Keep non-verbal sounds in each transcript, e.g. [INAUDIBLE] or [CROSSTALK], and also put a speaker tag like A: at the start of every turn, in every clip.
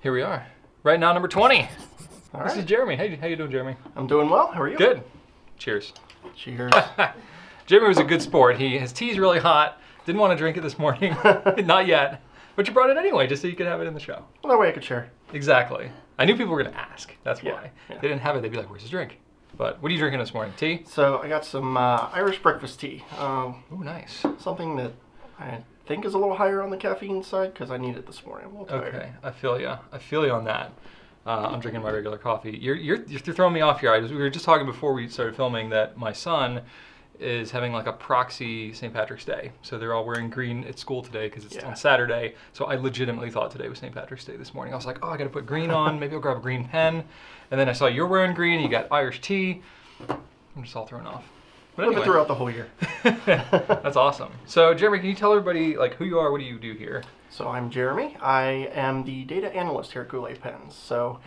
A: Here we are. Right now, number 20. This is Jeremy. Hey, how you doing, Jeremy?
B: I'm doing well. How are you?
A: Good. Cheers.
B: Cheers.
A: Jeremy was a good sport. He his tea's really hot. Didn't want to drink it this
B: [LAUGHS]
A: morning, not yet. But you brought it anyway, just so you could have it in the show.
B: well, that way I could share.
A: Exactly. I knew people were gonna ask. That's
B: Yeah,
A: why
B: yeah.
A: they didn't have it. They'd be like, "Where's his drink?" But what are you drinking this morning? Tea.
B: So I got some uh, Irish breakfast tea. Um,
A: Oh, nice.
B: something that I think is a little higher on the caffeine side because I need it this morning. I'm a little tired.
A: Okay, I feel you. I feel you on that. Uh, I'm drinking my regular coffee. You're, you're you're throwing me off here. I was, we were just talking before we started filming that my son is having like a proxy St. Patrick's Day. So they're all wearing green at school today because it's
B: Yeah.
A: on Saturday. So I legitimately thought today was St. Patrick's Day this morning. I was like, oh, I got to put green on. Maybe I'll grab a green pen. And then I saw you're wearing green. You got Irish tea. I'm just all thrown off. But
B: A
A: anyway,
B: little bit throughout the [LAUGHS] whole year.
A: [LAUGHS] that's awesome. So Jeremy, can you tell everybody like who you are? What do you do here?
B: So I'm Jeremy. I am the data analyst here at Goulet Pens. So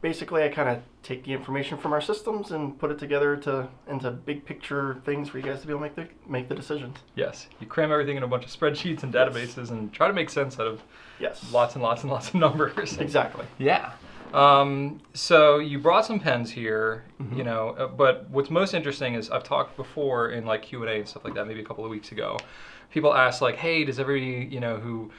B: basically, I kind of take the information from our systems and put it together to into big picture things for you guys to be able to make the make the decisions.
A: Yes, you cram everything in a bunch of spreadsheets and databases and try to make sense out of
B: Yes.
A: lots and lots and lots of numbers.
B: Exactly.
A: Yeah. Um, so you brought some pens here, you know, uh, but what's most interesting is I've talked before in like Q and A and stuff like that, maybe a couple of weeks ago. People ask like, "Hey, does everybody you know who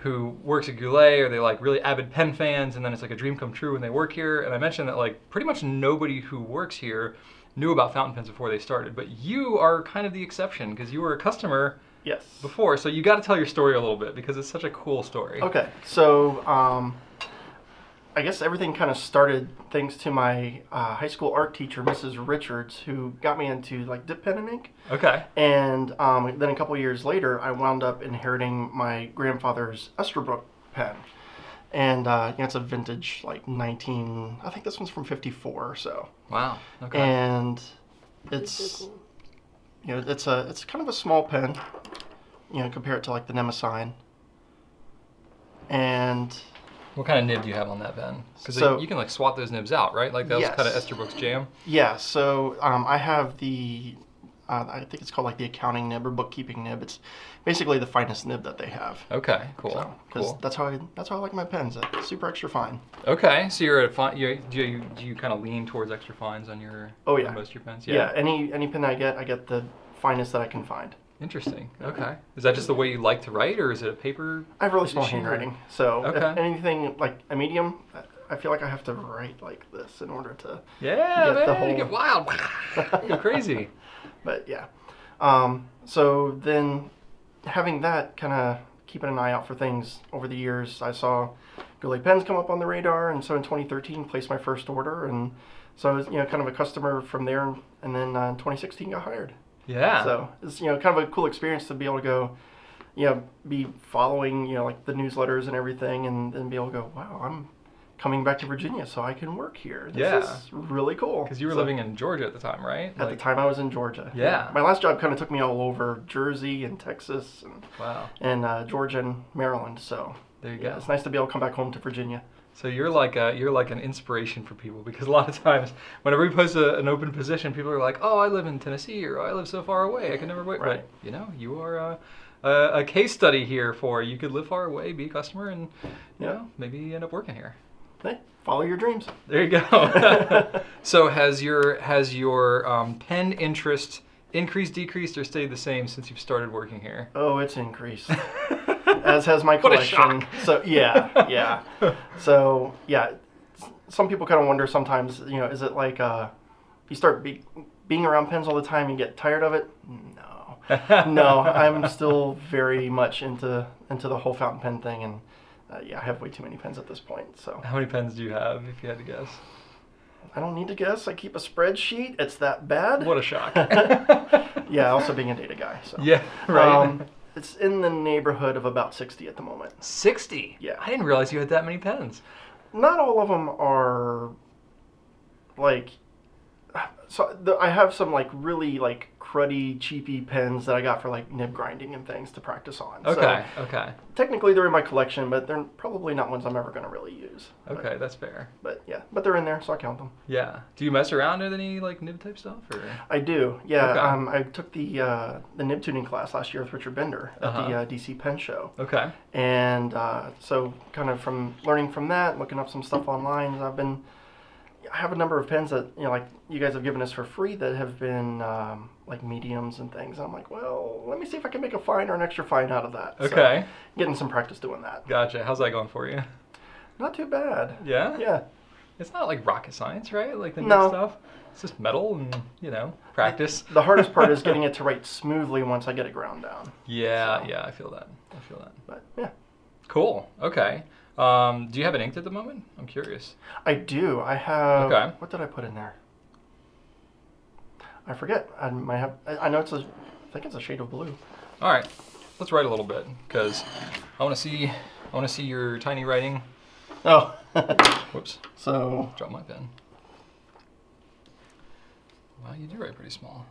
A: who works at Goulet are they like really avid pen fans?" And then it's like a dream come true when they work here. And I mentioned that like pretty much nobody who works here knew about fountain pens before they started, but you are kind of the exception because you were a customer
B: Yes.
A: before. So you got to tell your story a little bit because it's such a cool story.
B: Okay, so um, I guess everything kind of started thanks to my uh, high school art teacher, Mrs. Richards, who got me into like dip pen and ink.
A: Okay.
B: And um, then a couple years later, I wound up inheriting my grandfather's Esterbrook pen. And uh, you know, it's a vintage, like 19, I think this one's from 54 or so.
A: Wow. Okay.
B: And it's, you know, it's a, it's kind of a small pen, you know, compare it to like the Nemesign. And
A: What kind of nib do you have on that, Ben? Because
B: So-
A: you can like swat those nibs out, right? Like that was
B: Yes.
A: kind of Esther Brooks' jam.
B: Yeah, so um, I have the, uh, I think it's called like the accounting nib or bookkeeping nib. It's basically the finest nib that they have.
A: Okay, cool,
B: So, because
A: cool.
B: that's how I that's how I like my pens. uh, Super extra fine.
A: Okay, so you're a fine. You, do you do you kind of lean towards extra fines on your?
B: Oh,
A: on
B: yeah.
A: most of your pens.
B: Yeah. any any pen I get, I get the finest that I can find.
A: Interesting. Okay, is that just the way you like to write, or is it a paper?
B: I have really small
A: Sure.
B: handwriting, so if
A: Okay.
B: anything like a medium, I- I feel like I have to write like this in order to.
A: Yeah,
B: You
A: man,
B: get the
A: you
B: whole-
A: get wild, [LAUGHS] you go
B: [LAUGHS]
A: crazy.
B: But yeah, um, so then having that kind of keeping an eye out for things over the years, I saw Goulet pens come up on the radar, and so in 2013 placed my first order, and so I was you know kind of a customer from there, and then uh, in 2016 got hired.
A: Yeah.
B: So it's you know kind of a cool experience to be able to go, you know, be following you know like the newsletters and everything, and then be able to go, wow, I'm coming back to Virginia, so I can work here. This
A: Yeah.
B: is really cool.
A: Because you were
B: So-
A: living in Georgia at the time, right?
B: at the time I was in Georgia.
A: Yeah.
B: My last job kind of took me all over Jersey and Texas and,
A: Wow.
B: and uh, Georgia and Maryland. So
A: There you
B: yeah,
A: go.
B: it's nice to be able to come back home to Virginia.
A: So you're like a, you're like an inspiration for people because a lot of times whenever we post a, an open position, people are like, "Oh, I live in Tennessee," or "I live so far away, I can never wait."
B: Right.
A: But, you know, you are a, a, a case study here for you could live far away, be a customer, and you
B: Yeah.
A: know maybe end up working here.
B: Hey, follow your dreams.
A: There you
B: [LAUGHS]
A: go. so has your has your um, pen interest increased, decreased, or stayed the same since you've started working here?
B: Oh,
A: [LAUGHS]
B: it's increased. As has my
A: What a
B: collection.
A: shock.
B: So yeah, yeah. so yeah, s- some people kind of wonder sometimes. You know, is it like uh, you start be- being around pens all the time, you get tired of it? No,
A: [LAUGHS]
B: no. I'm still very much into into the whole fountain pen thing, and uh, yeah, I have way too many pens at this point. So
A: [LAUGHS] How many pens do you have, if you had to guess?
B: I don't need to guess. I keep a spreadsheet. It's that bad.
A: What a shock.
B: [LAUGHS] yeah, also being a data guy. So
A: Yeah. Right.
B: Um, it's in the neighborhood of about 60 at the moment.
A: 60.
B: Yeah.
A: I didn't realize you had that many pens.
B: not all of them are like so the, i have some like really like cruddy, cheapy pens that I got for like nib grinding and things to practice on.
A: Okay.
B: So
A: okay.
B: technically they're in my collection, but they're probably not ones I'm ever going to really use. But-
A: Okay. That's fair.
B: But, yeah, but they're in there, so I count them.
A: Yeah. Do you mess around with any like nib type stuff or?
B: I do. Yeah.
A: Okay.
B: Um, I took the uh, the nib tuning class last year with Richard Bender at
A: Uh-huh.
B: the uh, DC Pen Show.
A: Okay.
B: and uh, so kind of from learning from that, looking up some stuff online, I've been I have a number of pens that you know like you guys have given us for free that have been um, like mediums and things. I'm like, well, let me see if I can make a fine or an extra fine out of that. So,
A: Okay.
B: getting some practice doing that.
A: Gotcha. How's that going for you?
B: Not too bad.
A: Yeah.
B: Yeah.
A: It's not like rocket science, right? Like the nib
B: No.
A: stuff. It's just metal and you know practice.
B: The hardest part is
A: [LAUGHS]
B: getting it to write smoothly once I get it ground down.
A: Yeah.
B: So.
A: Yeah. I feel that. I feel that.
B: But yeah.
A: Cool. Okay. Um, do you have an inked at the moment? I'm curious.
B: I do. I have.
A: Okay.
B: What did I put in there? I forget. I might have. I I know it's a. I think it's a shade of blue.
A: All right, let's write a little bit because I want to see I want to see your tiny writing.
B: Oh. [LAUGHS]
A: Whoops,
B: so.
A: drop my pen. Wow, you do write pretty small.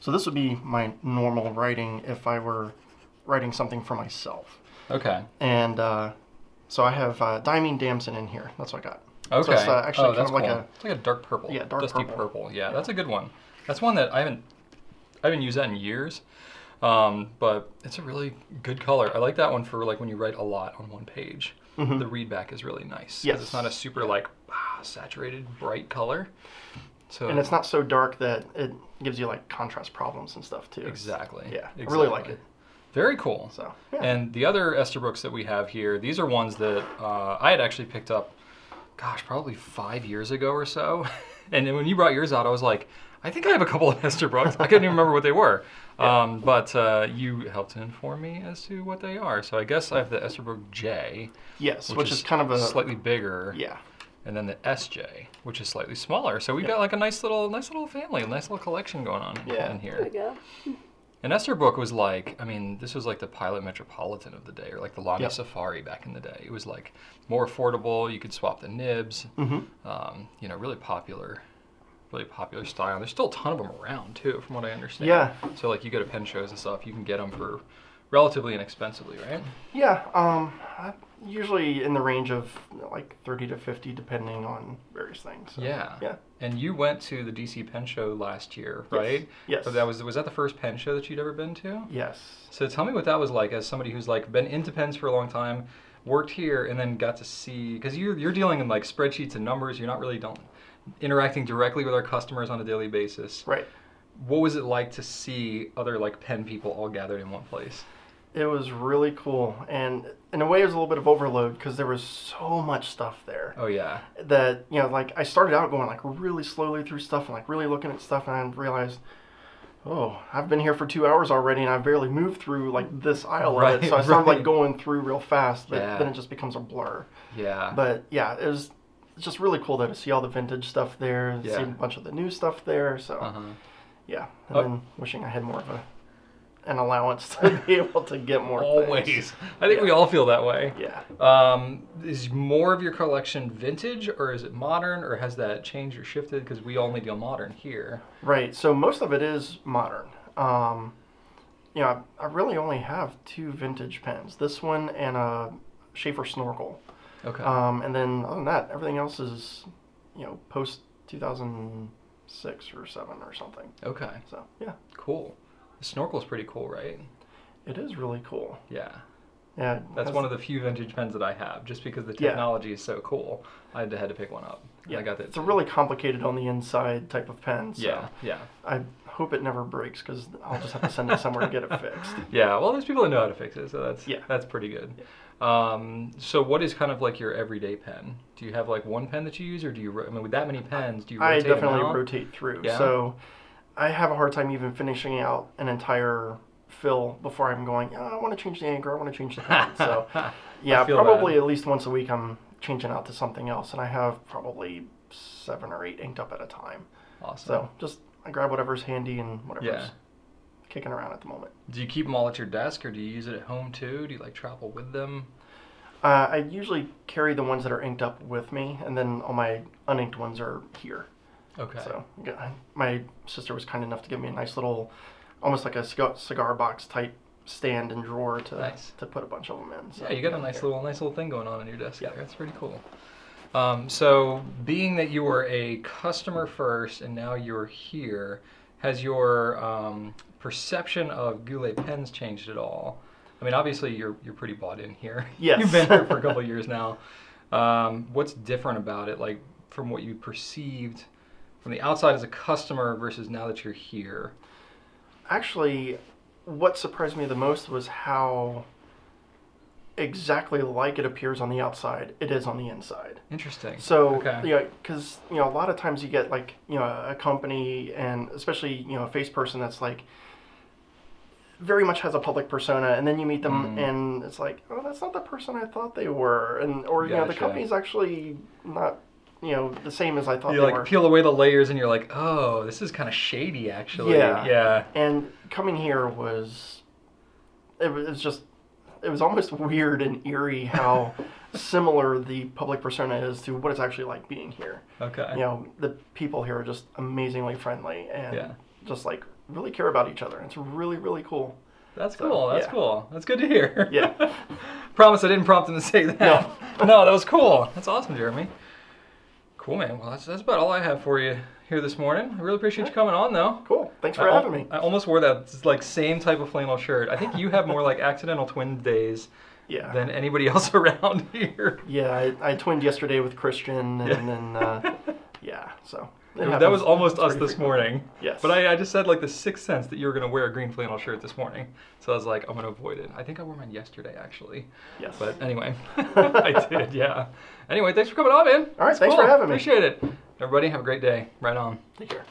B: So this would be my normal writing if I were writing something for myself.
A: Okay.
B: And uh, so I have uh, diamine damson in here. That's what I got.
A: Okay.
B: So it's uh, actually
A: oh,
B: kind
A: that's
B: of like
A: cool.
B: a.
A: it's like a dark purple.
B: Yeah, dark
A: dusty
B: purple.
A: Yeah, that's a good one. That's one that I haven't I haven't used that in years. Um, but it's a really good color. I like that one for like when you write a lot on one page. The read back is really nice. 'cause
B: Mm-hmm. Yes.
A: It's not a super like ah, saturated bright color. So
B: And it's not so dark that it gives you like contrast problems and stuff too.
A: Exactly.
B: Yeah, I
A: Exactly.
B: really like it.
A: Very cool.
B: So, yeah.
A: And the other Esterbooks that we have here, these are ones that uh, I had actually picked up, gosh, probably five years ago or so. [LAUGHS] and then when you brought yours out, I was like, I think I have a couple of [LAUGHS] Esterbooks. I couldn't even remember what they were. Um, but uh, you helped to inform me as to what they are. So I guess I have the Esterbrook J,
B: Yes, which, is, kind of a.
A: slightly bigger.
B: yeah.
A: And then the SJ, which is slightly smaller. So we've got like a nice little, nice little family, a nice little collection going on
B: Yeah.
A: in here.
C: There we go.
A: And Esther Book was like, I mean, this was like the pilot metropolitan of the day, or like the Lobby
B: Yeah.
A: Safari back in the day. It was like more affordable. You could swap the nibs.
B: Mm-hmm.
A: Um, you know, really popular, really popular style. There's still a ton of them around too, from what I understand.
B: Yeah.
A: So like, you go to pen shows and stuff, you can get them for relatively inexpensively, right?
B: Yeah, um, I- usually in the range of like 30 to 50, depending on various things. So,
A: Yeah.
B: Yeah.
A: And you went to the DC Pen Show last year, right?
B: Yes.
A: So that was was that the first pen show that you'd ever been to?
B: Yes.
A: So tell me what that was like as somebody who's like been into pens for a long time, worked here, and then got to see because you're you're dealing in like spreadsheets and numbers. You're not really don't interacting directly with our customers on a daily basis.
B: Right.
A: What was it like to see other like pen people all gathered in one place?
B: It was really cool. And in a way, it was a little bit of overload because there was so much stuff there
A: Oh yeah,
B: that, you know, like I started out going like really slowly through stuff and like really looking at stuff and I realized, oh, I've been here for two hours already and I've barely moved through like this aisle of
A: Right,
B: it. So I started
A: right.
B: like going through real fast, but
A: Yeah.
B: then it just becomes a blur.
A: yeah,
B: But yeah, it was it's just really cool though to see all the vintage stuff there, and
A: Yeah.
B: see a bunch of the new stuff there. So
A: uh-huh.
B: yeah, and
A: Oh.
B: then wishing I had more of a an allowance [LAUGHS] to be able to get more. things.
A: always. I think we all feel that way.
B: Yeah.
A: Um, is more of your collection vintage or is it modern or has that changed or shifted? Because we only deal modern here.
B: Right. So most of it is modern. Um, you know, I, I really only have two vintage pens. This one and a Schaefer snorkel.
A: Okay.
B: Um, and then other than that, everything else is, you know, post two thousand six or seven or something.
A: okay.
B: So yeah,
A: Cool. The snorkel's pretty cool, right?
B: it is really cool.
A: Yeah.
B: Yeah.
A: That's one of the few vintage pens that I have, just because the
B: Yeah.
A: technology is so cool. I had to, had to pick one up. and
B: Yeah,
A: I got that.
B: It's a really complicated on the inside type of pen. So
A: yeah, yeah,
B: I hope it never breaks because I'll just have to send it somewhere to
A: [LAUGHS]
B: get it fixed.
A: yeah. Well, there's people that know how to fix it, so that's
B: Yeah.
A: that's pretty good. Um, so, what is kind of like your everyday pen? Do you have like one pen that you use, or do you? ro- I mean, with that many pens, do you?
B: I
A: Rotate them
B: definitely
A: out?
B: rotate through.
A: Yeah.
B: So I have a hard time even finishing out an entire fill before I'm going, "Yeah, I want to change the anchor, I want to change
A: [LAUGHS]
B: the pen. So yeah,
A: feel that.
B: probably at least once a week I'm changing out to something else. And I have probably seven or eight inked up at a time.
A: Awesome.
B: So just I grab whatever's handy and whatever's
A: Yeah.
B: kicking around at the moment.
A: Do you keep them all at your desk, or do you use it at home too? Do you like travel with them?
B: Uh, I usually carry the ones that are inked up with me, and then all my uninked ones are here.
A: Okay.
B: So yeah, my sister was kind enough to give me a nice little, almost like a cigar, cigar box type stand and drawer to
A: Nice.
B: to put a bunch of them in. So
A: yeah, you got
B: yeah,
A: a nice
B: here.
A: little nice little thing going on on your desk
B: Yeah.
A: there. That's pretty cool. Um, so, being that you were a customer first and now you're here, has your um, perception of Goulet pens changed at all? I mean, obviously you're you're pretty bought in here. [LAUGHS]
B: Yes.
A: You've been here for a couple
B: [LAUGHS]
A: of years now. Um, what's different about it, like from what you perceived from the outside as a customer versus now that you're here?
B: Actually, what surprised me the most was how exactly like it appears on the outside, it is on the inside.
A: Interesting.
B: So
A: okay.
B: yeah, because you know a lot of times you get like you know a company and especially you know a face person that's like very much has a public persona, and then you meet them
A: Mm.
B: and it's like oh that's not the person I thought they were, and or you know the
A: Gotcha.
B: company's actually not you know the same as I thought
A: you
B: they
A: like
B: were.
A: peel away the layers and you're like oh this is kind of shady actually
B: Yeah.
A: yeah
B: and coming here was it was it was just it was almost weird and
A: [LAUGHS]
B: eerie how similar the public persona is to what it's actually like being here.
A: okay
B: you know the people here are just amazingly friendly and
A: Yeah.
B: just like really care about each other it's really really cool
A: that's
B: So,
A: cool that's
B: yeah.
A: cool that's good to hear
B: Yeah.
A: [LAUGHS] promise i didn't prompt him to say that
B: No.
A: [LAUGHS] no that was cool that's awesome jeremy cool man well that's, that's about all i have for you here this morning i really appreciate you coming on though
B: cool thanks for
A: I al-
B: having me
A: I almost wore that like same type of flannel shirt. I think you have more like accidental twin
B: [LAUGHS]
A: days
B: yeah
A: than anybody else [LAUGHS] around here. [LAUGHS]
B: yeah I, I twinned yesterday with christian and
A: Yeah.
B: then uh,
A: [LAUGHS]
B: yeah so it
A: That
B: happens
A: was almost us
B: pretty
A: this
B: frequently.
A: morning.
B: Yes.
A: But I, I just said like the sixth sense that you were gonna wear a green flannel shirt this morning, so I was like, I'm gonna avoid it. I think I wore mine yesterday actually.
B: yes
A: But
B: [LAUGHS]
A: anyway, I did. Yeah. Anyway, thanks for coming on, man.
B: All right,
A: It's
B: thanks for having me.
A: Appreciate it. Everybody, have a great day. Right on.
B: take care